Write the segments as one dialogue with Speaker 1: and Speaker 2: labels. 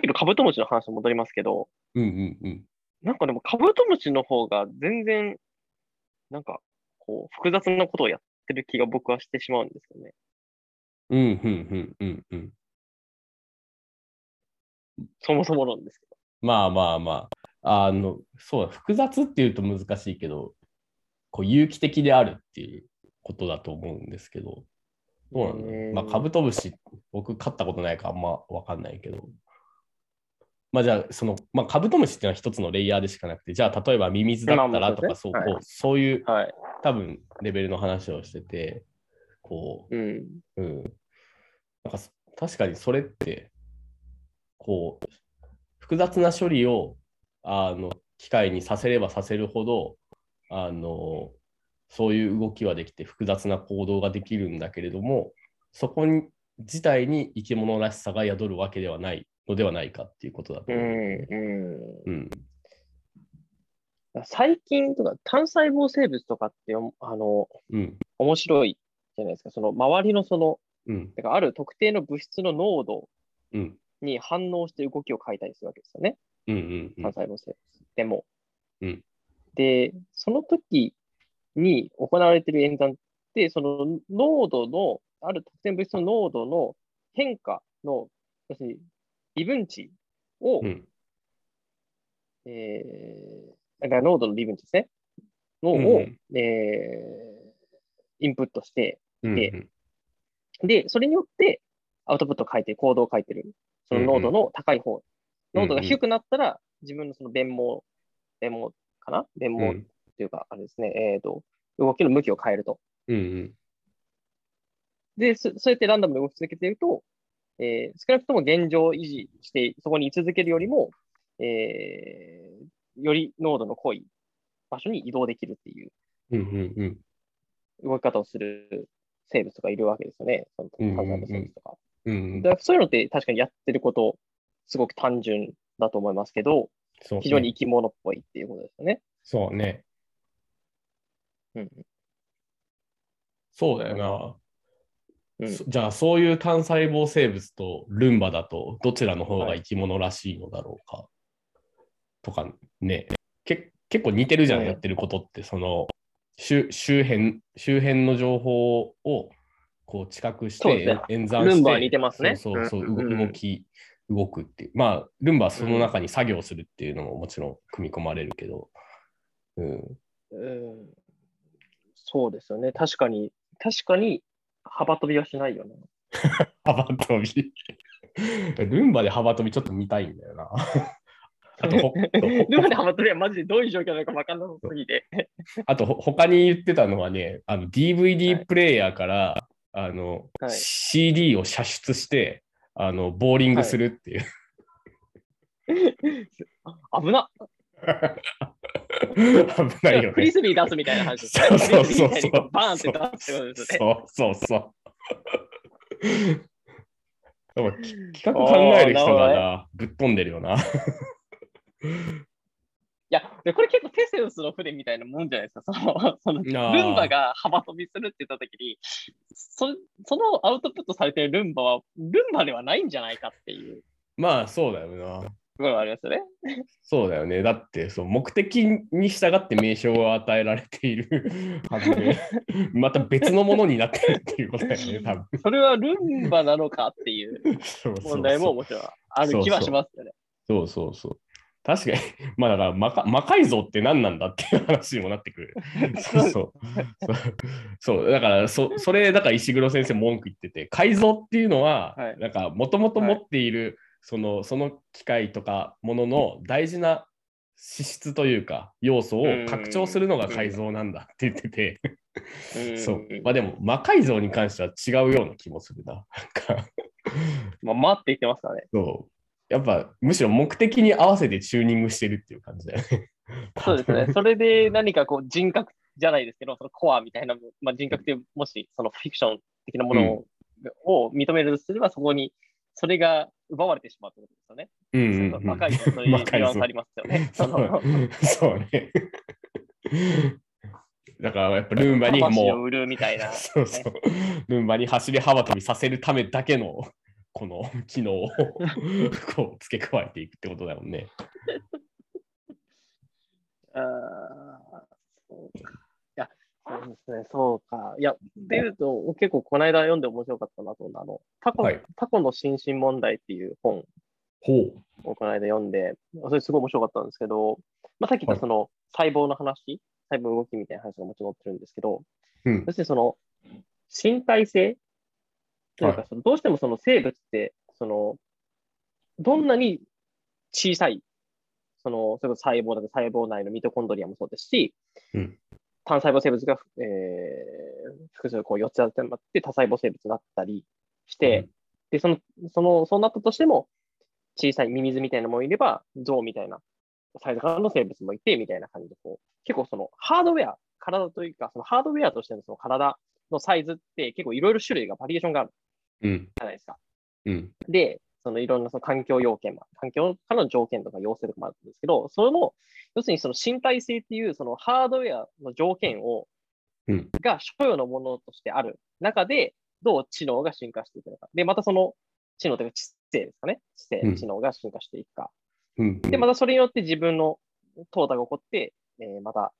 Speaker 1: きのカブトムシの話に戻りますけど、
Speaker 2: うんうんうん。
Speaker 1: なんかでもカブトムシの方が全然、なんか、こう、複雑なことをやってる気が僕はしてしまうんですよね。
Speaker 2: うんうんうんうんうん。
Speaker 1: そもそもなんですけ
Speaker 2: まあまあまあ、あの、そうだ、複雑っていうと難しいけど、こう有機的であるっていうことだと思うんですけど、どうなんだろ
Speaker 1: へ
Speaker 2: う。
Speaker 1: ー
Speaker 2: まあ、カブトムシ、僕、飼ったことないからあんまわかんないけど、まあじゃあ、その、まあ、カブトムシっていうのは一つのレイヤーでしかなくて、じゃあ、例えばミミズだった
Speaker 1: まあ
Speaker 2: ら
Speaker 1: まあ
Speaker 2: とか、そ
Speaker 1: そううですね
Speaker 2: こうそういう
Speaker 1: ど。はい。
Speaker 2: 多分レベルの話をしてて、こう、
Speaker 1: うん。
Speaker 2: うん。なんかそ確かにそれって、こう、複雑な処理をあの機械にさせればさせるほどあの、そういう動きはできて、複雑な行動ができるんだけれども、そこに自体に生き物らしさが宿るわけではないのではないかっていうことだと
Speaker 1: う
Speaker 2: 思う。
Speaker 1: ん。う
Speaker 2: うん。
Speaker 1: ん。最近とか、単細胞生物とかってよ、あの、
Speaker 2: うん。
Speaker 1: 面白いじゃないですか。その周りのその、
Speaker 2: うん。
Speaker 1: だからある特定の物質の濃度
Speaker 2: うん。
Speaker 1: に反応して動きを変えたりするわけですよね。
Speaker 2: うん。うん。うん
Speaker 1: 単細胞生物。でも、
Speaker 2: うん
Speaker 1: で、その時に行われている演算って、その濃度の、ある特定の物質の濃度の変化の、要するに微分値を、
Speaker 2: うん。
Speaker 1: えー、だから濃度の微分値ですね。のを、
Speaker 2: うんうん
Speaker 1: えーインプットして、
Speaker 2: うん。
Speaker 1: でで、それによってアウトプットを書いて、行動を書いてる。その濃度の高い方。濃度が低くなったら、自分のその弁毛、弁毛かな弁
Speaker 2: うん。う
Speaker 1: 毛
Speaker 2: ん。
Speaker 1: というか、あれですね、えっ、と、動きの向きを変えると。
Speaker 2: うん。
Speaker 1: で、そそうやってランダムに動き続けていると、えー少なくとも現状維持して、そこに居続けるよりも、えーより濃度の濃い場所に移動できるっていう
Speaker 2: うん。うん。うん。
Speaker 1: 動き方をする生物とかいるわけですよね。その
Speaker 2: うんう
Speaker 1: 炭酸
Speaker 2: んうん
Speaker 1: の生物とか。
Speaker 2: うん
Speaker 1: だ。からそういうのって確かにやってること、すごく単純だと思いますけど、
Speaker 2: そうね
Speaker 1: 非常に生き物っぽいっていうことですよね。
Speaker 2: そうね。
Speaker 1: うん
Speaker 2: そうだよ
Speaker 1: う
Speaker 2: な。
Speaker 1: ん
Speaker 2: そじゃあ、そういう単細胞生物とルンバだと、どちらの方が
Speaker 1: はい
Speaker 2: 生き物らしいのだろうか。とかね。け結構似てるじゃん、
Speaker 1: はい
Speaker 2: やってることって、その、周周辺、周辺の情報を、こう、知覚し
Speaker 1: そうです
Speaker 2: て
Speaker 1: ね、
Speaker 2: 演算して、
Speaker 1: ルンバは似てますね
Speaker 2: そうそうそう、
Speaker 1: うんうん
Speaker 2: 動動き、動くっていう。まあ、ルンバはその中に作業するっていうのももちろん組み込まれるけど、うん、
Speaker 1: うんそうですよね。確かに、確かに幅跳びはしない よね。
Speaker 2: 幅跳び。ルンバで幅跳びちょっと見たいんだ よな。あとほ、
Speaker 1: ルンバで幅跳びはマジでどういう状況なのか分かんなさすぎて。
Speaker 2: あとほ他に言ってたのはね、あの DVD プレイヤーから、あの
Speaker 1: はい
Speaker 2: CD を射出してあのボーリングするっていう。
Speaker 1: 危な
Speaker 2: 危ないよ
Speaker 1: フリ
Speaker 2: ね。
Speaker 1: スビー出すみたいな話です
Speaker 2: そう
Speaker 1: ね。
Speaker 2: そうそうそ
Speaker 1: フリスビーみた
Speaker 2: う
Speaker 1: いにバーンって出すってことですよね。
Speaker 2: そうそうそう。でもき企画考える人が
Speaker 1: おーなるほど
Speaker 2: な、ぶっ飛んでるよな。
Speaker 1: いや、でこれ結構テセウスの船みたいなもんじゃないですか。その、その
Speaker 2: なあ
Speaker 1: ルンバが幅跳びするって言ったときにそ、そのアウトプットされてるルンバは、ルンバではないんじゃないかっていう
Speaker 2: まあそうだよな。
Speaker 1: ところがありますよね。
Speaker 2: そうだよね。だってそう、目的に従って名称を与えられている はずで、また別のものになってるっていうことだよね、多分。
Speaker 1: それはルンバなのかっていう
Speaker 2: そうそうそう
Speaker 1: 問題ももちろんある気はしますよね。
Speaker 2: そうそうそう。確かに、 まあだから魔界、魔改造って何なんだっていう話にもなって くる。そうそう。そうそうだからそ、それ、だから石黒先生文句言ってて、改造っていうのは、
Speaker 1: はい
Speaker 2: なんか、もともと持っている、その、その機械とかものの大事な資質というか、要素を拡張するのが改造なんだって言ってて、そう。まあでも、魔改造に関しては違うような気もするな。なんか、
Speaker 1: まあ、待って言ってますから ね。
Speaker 2: そう。やっぱ、むしろ目的に合わせてチューニングしてるっていう感じだよね。
Speaker 1: そうですね。それで何かこう人格じゃないですけど、そのコアみたいな、まあ、人格っていう、もしそのフィクション的なものを,、認めるとすれば、そこにそれが奪われてしまうということです
Speaker 2: うん
Speaker 1: よね。
Speaker 2: うん、うん。
Speaker 1: 若い人 そういうニュアンスありますよね。
Speaker 2: そ
Speaker 1: そう の
Speaker 2: そうね。 だからやっぱルンバに
Speaker 1: 魂を
Speaker 2: も
Speaker 1: 売るみたいな
Speaker 2: う、。そうそう。ルンバに走り幅跳びさせるためだけのこの機 能をこう付け加えていくってことだもんね。
Speaker 1: ああ、そうか。いや、そうですね、そうか。いや、っていうと、結構この間読んで面白かったなと思うのはあの、タコ、
Speaker 2: はい
Speaker 1: タコの心身問題っていう本
Speaker 2: ほう。
Speaker 1: をこの間読んで、それすごい面白かったんですけど、まあ、さっき言っ
Speaker 2: はい
Speaker 1: たその細胞の話、細胞の動きみたいな話がもちろん載ってるんですけど、
Speaker 2: うん
Speaker 1: 要。するにその身体性という
Speaker 2: は
Speaker 1: か、そのどうしてもその生物って、そのどんなに小さい、そのそれこそ細胞だと細胞内のミトコンドリアもそうですし、
Speaker 2: うん
Speaker 1: 単細胞生物が、えー複数こう4つ集まって多細胞生物になったりして、で、その、その、そうなったとしても、小さいミミズみたいなのもいれば、象みたいな、サイズ感の生物もいて、みたいな感じで、こう、結構そのハードウェア、体というか、そのハードウェアとしてのその体のサイズって結構いろいろ種類がバリエーションがある
Speaker 2: うん。
Speaker 1: じゃないですか。
Speaker 2: うん。
Speaker 1: で、そのいろんなその環境要件、環境からの条件とか要請とかもあるんですけど、それも、要するにその身体性っていうそのハードウェアの条件を、
Speaker 2: うん
Speaker 1: が所有のものとしてある中で、どう知能が進化していくのか。で、またその知能というか知性ですかね。知性
Speaker 2: うん、
Speaker 1: 知能が進化していくか。
Speaker 2: うん。
Speaker 1: で、またそれによって自分の淘汰が起こって、えーまた、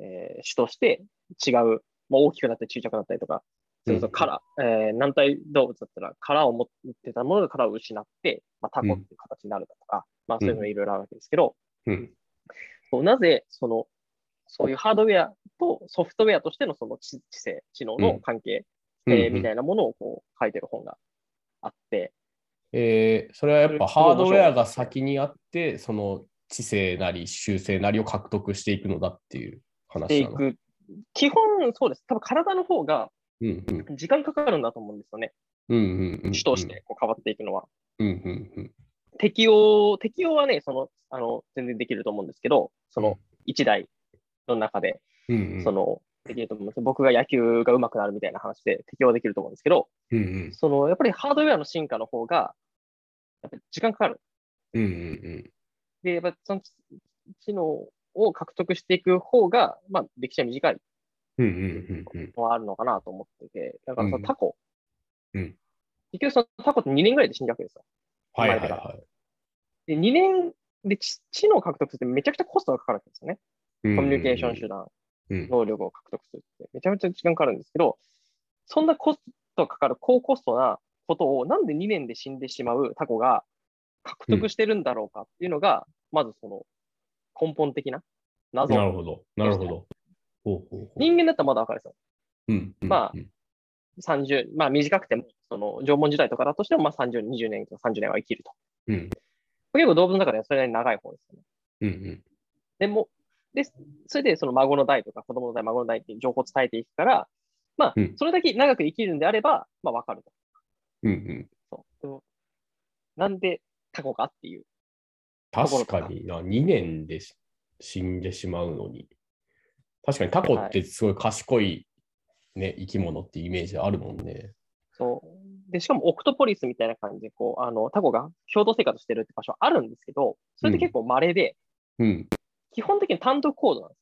Speaker 1: えー主として違う、まあ、大きくなったり小さくなったりとか、それこそ殻、えー軟体動物だったら殻を持ってたものが殻を失って、まあ、タコっていう形になるだとか、まあそういうのがいろいろあるわけですけど、
Speaker 2: うん。
Speaker 1: そうなぜその、そういうハードウェアとソフトウェアとしてのその知知性、知能の関係、
Speaker 2: うん
Speaker 1: えー
Speaker 2: うん
Speaker 1: みたいなものをこう書いてる本があって、
Speaker 2: えーそれはやっぱハードウェアが先にあって、その知性なり修正なりを獲得していくのだっていう
Speaker 1: して
Speaker 2: 話
Speaker 1: い
Speaker 2: なの。
Speaker 1: く。基本そうです。多分体の方が
Speaker 2: うんうん
Speaker 1: 時間かかるんだと思うんですよね。
Speaker 2: うんうんうん。
Speaker 1: 主としてこう変わっていくのは。
Speaker 2: うんうんうん。
Speaker 1: 適応、適応はね、その、あの、全然できると思うんですけど、そ
Speaker 2: うん
Speaker 1: の一台の中で、
Speaker 2: うんうん
Speaker 1: その、できると思うんです僕が野球が上手くなるみたいな話で適応できると思うんですけど、
Speaker 2: うんうん
Speaker 1: その、やっぱりハードウェアの進化の方が、やっぱり時間かかる。
Speaker 2: うんうん
Speaker 1: で、やっぱその知知能を獲得していく方が、まあ、歴史は短い
Speaker 2: うんうんうんうんうん
Speaker 1: のはあるのかなと思ってて、だからそ
Speaker 2: うん
Speaker 1: のタコ、
Speaker 2: うん
Speaker 1: 結局そのタコって2年ぐらいで死んじゃうわけですよ。
Speaker 2: はいはいはい
Speaker 1: で、2年で知知能を獲得するってめちゃくちゃコストがかかるんですよね。
Speaker 2: うんうんうん。
Speaker 1: コミュニケーション手段、
Speaker 2: うん
Speaker 1: 能力を獲得するって、めちゃめちゃ時間かかるんですけど、そんなコストかかる高コストなことを、なんで2年で死んでしまうタコが獲得してるんだろうかっていうのが、まずその根本的な謎。
Speaker 2: なるほど。なるほど。ほうほうほう
Speaker 1: 人間だったらまだわかるんですよ。
Speaker 2: うんうん
Speaker 1: まあ
Speaker 2: うん
Speaker 1: 30、まあ短くても、その縄文時代とかだとしても、まあ30、20年とか30年は生きると。
Speaker 2: うん
Speaker 1: 結構動物の中ではそれなりに長い方ですよね。
Speaker 2: うんうん
Speaker 1: でも、で、それでその孫の代とか子供の代、孫の代って情報を伝えていくから、まあ
Speaker 2: うん、
Speaker 1: それだけ長く生きるんであれば、まあ、わかると。
Speaker 2: うんうん。
Speaker 1: そう。でもなんでタコかっていう。
Speaker 2: 確かにな、2年でし死んでしまうのに。確かにタコってすごい賢い、ね、生き物ってイメージあるもんね。
Speaker 1: そう。で、しかもオクトポリスみたいな感じで、こう、あの、タコが共同生活してるって場所あるんですけど、それって結構稀で、
Speaker 2: うん。
Speaker 1: 基本的に単独行動なんです。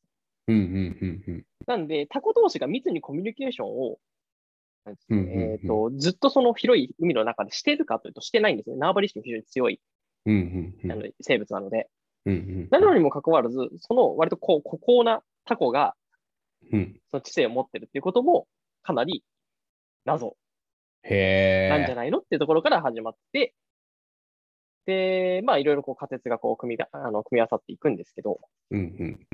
Speaker 2: うんうんうん
Speaker 1: なんで、タコ同士が密にコミュニケーションを、なんですか
Speaker 2: うんうんうん
Speaker 1: ねえっと、ずっとその広い海の中でしてるかというと、してないんですね。縄張り意識も非常に強い
Speaker 2: うん。うんうんう
Speaker 1: あの
Speaker 2: ん。
Speaker 1: 生物なので。
Speaker 2: うんうん
Speaker 1: なのにもかかわらず、その割とこう、孤高なタコが
Speaker 2: うん。
Speaker 1: その知性を持ってるっていうことも、かなり謎
Speaker 2: へ
Speaker 1: なんじゃ
Speaker 2: え。
Speaker 1: ないのっていうところから始まって、で、まあいろいろこう仮説がこう組みがあの組み合わさっていくんですけど、
Speaker 2: うんうん。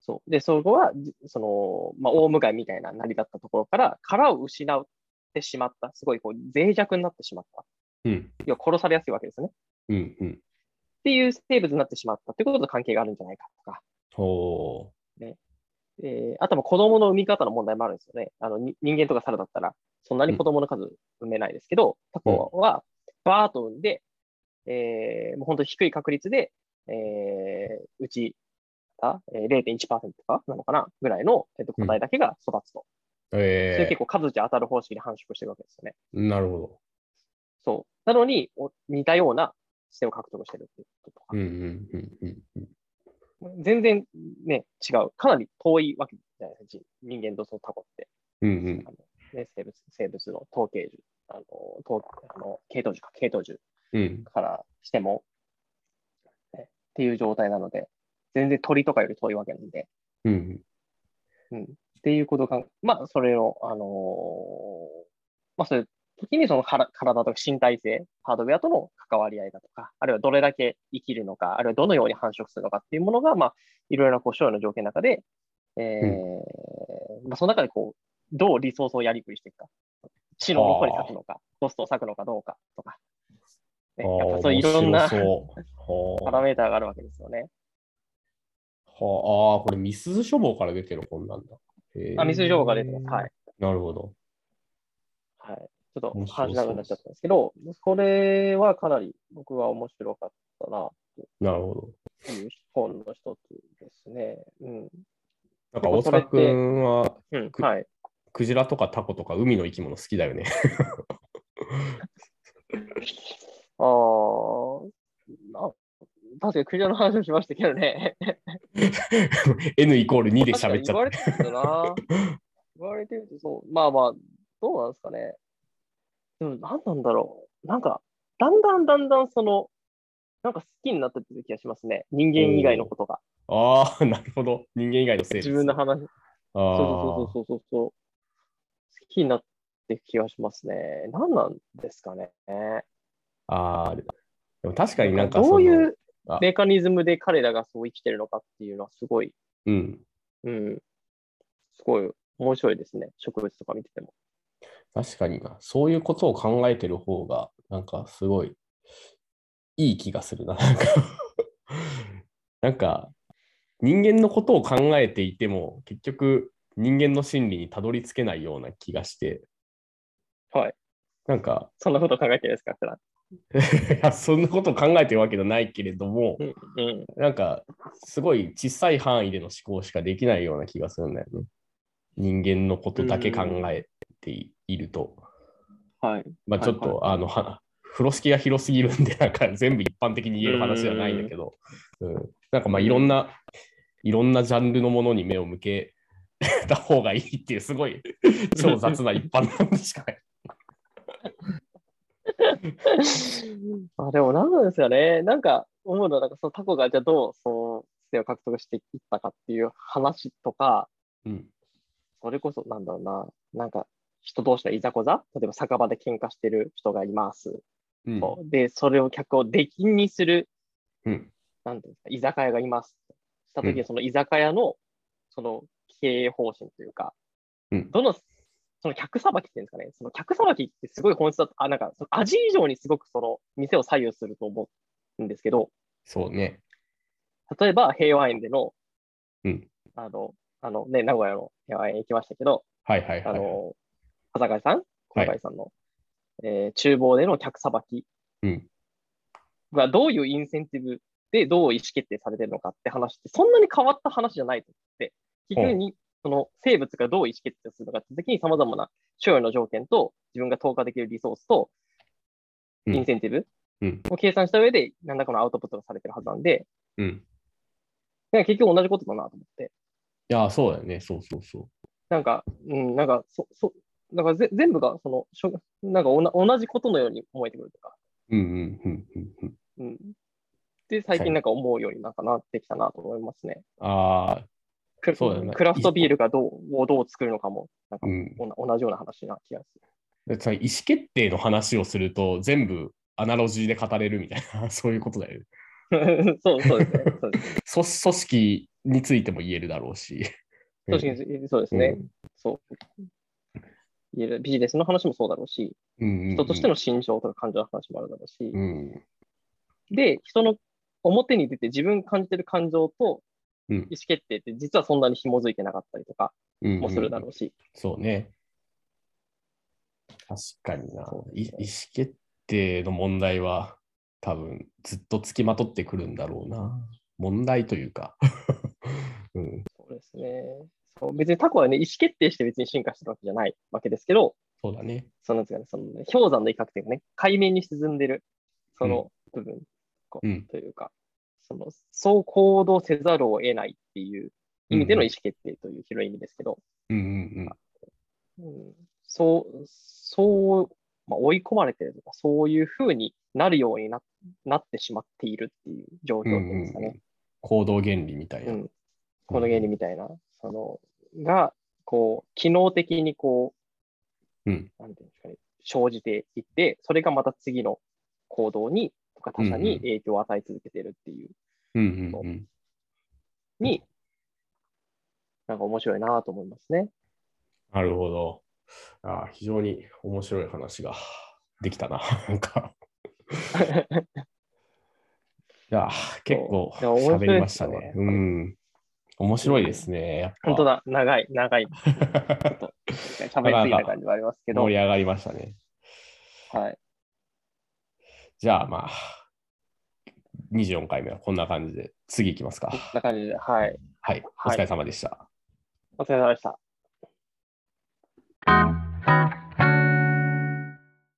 Speaker 1: そう。で、そこは、じその、まあ大無害みたいななりだったところから、殻を失ってしまった。すごいこう脆弱になってしまった。
Speaker 2: うん
Speaker 1: 要は殺されやすいわけですね。っ
Speaker 2: うんうん。
Speaker 1: ていう生物になってしまったってことと関係があるんじゃないかとか、
Speaker 2: ほ
Speaker 1: えー、あとは子供の産み方の問題もあるんですよね。あのに人間とか猿だったら、そんなに子供の数産めないですけど、タコはバーッと産んで、えー、もう本当に低い確率で、えー、うち、あえー0.1%かなのかなぐらいの、えっと
Speaker 2: うん
Speaker 1: 個体だけが育つと。
Speaker 2: う。
Speaker 1: それ
Speaker 2: へ
Speaker 1: 結構数値当たる方式で繁殖してるわけですよね。
Speaker 2: え。なるほ
Speaker 1: そう。なのに、お似たような姿勢を獲得してるっていうことと
Speaker 2: ど。う
Speaker 1: か
Speaker 2: んうんうんうんうん。
Speaker 1: 全然ね、違う。かなり遠いわけじゃないですか。人人間とそのタコって。
Speaker 2: うんうん
Speaker 1: ね、生物生物の統計あの、とあの系統樹か、系統樹
Speaker 2: うん。
Speaker 1: からしても、ねっていう状態なので、全然鳥とかより遠いわけなんで、
Speaker 2: う
Speaker 1: っ
Speaker 2: ん。
Speaker 1: ていうことが、まあ、それを、あのーまあ、そういう時にそのから体とか身体性、ハードウェアとの関わり合いだとか、あるいはどれだけ生きるのか、あるいはどのように繁殖するのかっていうものが、まあ、いろいろなこう将来の条件の中で、えーまあ、その中でこう、どうリソースをやりくりしていくか、白の方に割くのか、コストを割くのかどうかとか、ね、やっぱそういういろん
Speaker 2: あ
Speaker 1: な
Speaker 2: ー面白そう
Speaker 1: パ
Speaker 2: はあ
Speaker 1: ラメーターがあるわけですよね。
Speaker 2: はああー、これ、ミスズ書房から出てる本なんだ。へー
Speaker 1: あ、ミス情報が出てます。はい。。
Speaker 2: なるほど。
Speaker 1: はい。ちょっと
Speaker 2: 面白そう
Speaker 1: 話長くなっちゃったんですけど、これはかなり僕は面白かったな
Speaker 2: なるほど。
Speaker 1: という本の一つですね。うん。
Speaker 2: なんか、大塚君は、
Speaker 1: うん、
Speaker 2: く
Speaker 1: はい。
Speaker 2: クジラとかタコとか海の生き物好きだよね。
Speaker 1: あーあ、確かにクジラの話をしましたけどね。
Speaker 2: N イコール2で喋っち
Speaker 1: 言
Speaker 2: ゃ
Speaker 1: わ
Speaker 2: っ
Speaker 1: れてるんだな。言われてるとそう。まあまあ、どうなんですかね。でも何なんだろう。なんか、だんだんだんだんその、なんか好きになってってる気がしますね。人間以外のことが。
Speaker 2: た。ああ、なるほど。人間以外の生物。
Speaker 1: 自分の話。
Speaker 2: あ
Speaker 1: そうそうそうそうそうそう。好きになっていく気がしますね。何なんですかね。
Speaker 2: あ。ああ。でも確かになんか
Speaker 1: ど
Speaker 2: そうの
Speaker 1: いう
Speaker 2: あ
Speaker 1: メカニズムで彼らがそう生きてるのかっていうのはすごい、
Speaker 2: うん。
Speaker 1: うん、すごい面白いですね。植物とか見てても。
Speaker 2: 確かにな。そういうことを考えてる方が、なんかすごい、いい気がするな。なんかなんか、人間のことを考えていても、結局、人間の心理にたどり着けないような気がして、
Speaker 1: はい。
Speaker 2: なんか、
Speaker 1: そんなこと考えてるんですか、普段。
Speaker 2: いやそんなことを考えてるわけじゃないけれども、
Speaker 1: うん。
Speaker 2: なんかすごい小さい範囲での思考しかできないような気がするんだよね。人間のことだけ考えていいると。
Speaker 1: はい。
Speaker 2: まあちょっと、
Speaker 1: はい
Speaker 2: あのは風呂敷が広すぎるんで、なんか全部一般的に言える話じゃないんだけど、うんなんかまあいろんな、いろんなジャンルのものに目を向けた方がいいっていう、す ごい超雑な一般論しかない。
Speaker 1: あでも何なんですよね。なんか思うのは、なんかそのタコがじゃあどうその知性を獲得していったかっていう話とか、
Speaker 2: うん、
Speaker 1: それこそ、なんだろうな、なんか、人同士のいざこざ、例えば酒場で喧嘩してる人がいます。
Speaker 2: うん、
Speaker 1: で、それを客を出禁にする、
Speaker 2: うん、
Speaker 1: なんていうんですか、居酒屋がいます。したとき
Speaker 2: うん
Speaker 1: に、その居酒屋の、その経営方針というか、
Speaker 2: うん
Speaker 1: どの、その客さばきっていうんですかね、その客さばきってすごい本質だと、あ、なんか、その味以上にすごくその店を左右すると思うんですけど、
Speaker 2: そうね。
Speaker 1: 例えば平和園での、
Speaker 2: うん
Speaker 1: あの、あのね、名古屋の平和園行きましたけど、
Speaker 2: はいはい
Speaker 1: あ
Speaker 2: はい。
Speaker 1: の、浅貝さん、小貝さんの、えー厨房での客さばき
Speaker 2: うん
Speaker 1: がどういうインセンティブでどう意思決定されてるのかって話って、そんなに変わった話じゃないと思って、結局に、その生物がどう意思決定するのかって時に様々な所有の条件と自分が投下できるリソースと
Speaker 2: うん
Speaker 1: インセンティブ
Speaker 2: うん
Speaker 1: を計算した上で何らかのアウトプットがされてるはずなんで、
Speaker 2: うん。
Speaker 1: なんか結局同じことだなと思って。
Speaker 2: いや、そうだよね。そうそうそう。
Speaker 1: なんか、うん、なんか、そ、そ、なんかぜ全部が、その、しょなんかおな同じことのように思えてくるとか、
Speaker 2: うんうんうんうんうん。
Speaker 1: うん。で、最近なんか思うようになんかなってきたなと思いますね。
Speaker 2: ああ、
Speaker 1: ク
Speaker 2: そうだね
Speaker 1: クラフトビールがどう、をどう作るのかも、なんか
Speaker 2: うん。
Speaker 1: おな、同じような話な気がする。
Speaker 2: でその意思決定の話をすると、全部アナロジーで語れるみたいな、 そういうことだよね。
Speaker 1: そう、そうですね。そうですね。
Speaker 2: 組組織についても言えるだろうし。
Speaker 1: 確かにそうですね。そう。いやビジネスの話もそうだろうし、
Speaker 2: うん。うんうんうん
Speaker 1: 人としての心情とか感情の話もあるだろうし、
Speaker 2: うん。
Speaker 1: で、人の表に出て自分感じてる感情と
Speaker 2: うん
Speaker 1: 意思決定って実はそんなに紐づいてなかったりとか
Speaker 2: うんうん
Speaker 1: もするだろうし、
Speaker 2: そうね。確かにな
Speaker 1: そう。
Speaker 2: い
Speaker 1: で
Speaker 2: 意
Speaker 1: すね
Speaker 2: 思決定の問題は、多分ずっとつきまとってくるんだろうな。問題とい うか。うん、
Speaker 1: そうですねそう。別にタコはね、意思決定して別に進化してるわけじゃないわけですけど、
Speaker 2: そうだね。
Speaker 1: そのなんていうかね、そのね氷山の威嚇というかね、海面に沈んでる、その部分、こう
Speaker 2: うん
Speaker 1: というか、その、そう行動せざるを得ないっていう意味での意思決定という広い意味ですけど、
Speaker 2: うんうんうん。
Speaker 1: うんそう、そう、まあ、追い込まれてるとか、そういうふうになるようにななってしまっているっていう状況っていうんですかね。
Speaker 2: 行動原理みたいな。
Speaker 1: うんこの原理みたいな、その、が、こう、機能的にこう、
Speaker 2: うん
Speaker 1: なんていうんですかね、生じていって、それがまた次の行動に、とか他者
Speaker 2: うんう
Speaker 1: に
Speaker 2: ん
Speaker 1: 影響を与え続けてるっていう、
Speaker 2: うんうんうん。
Speaker 1: に、なんか面白いなと思います ね。
Speaker 2: なるほど。あー非常に面白い話ができたな。なんか。いやー、結構
Speaker 1: いや面白い
Speaker 2: 喋りました
Speaker 1: で
Speaker 2: ね。
Speaker 1: す
Speaker 2: う
Speaker 1: よ
Speaker 2: ん。面白いですね。やっぱ
Speaker 1: 本 当だ、長い、長い、
Speaker 2: だ。
Speaker 1: 喋りすぎた感じはありますけど、
Speaker 2: 盛
Speaker 1: はい
Speaker 2: り。上がりましたね。じゃあまあ、24回目はこんな感じで、次いきます
Speaker 1: こん
Speaker 2: か。
Speaker 1: な感じで、はい。
Speaker 2: はい、お疲れ様でした。
Speaker 1: お疲れ様でした。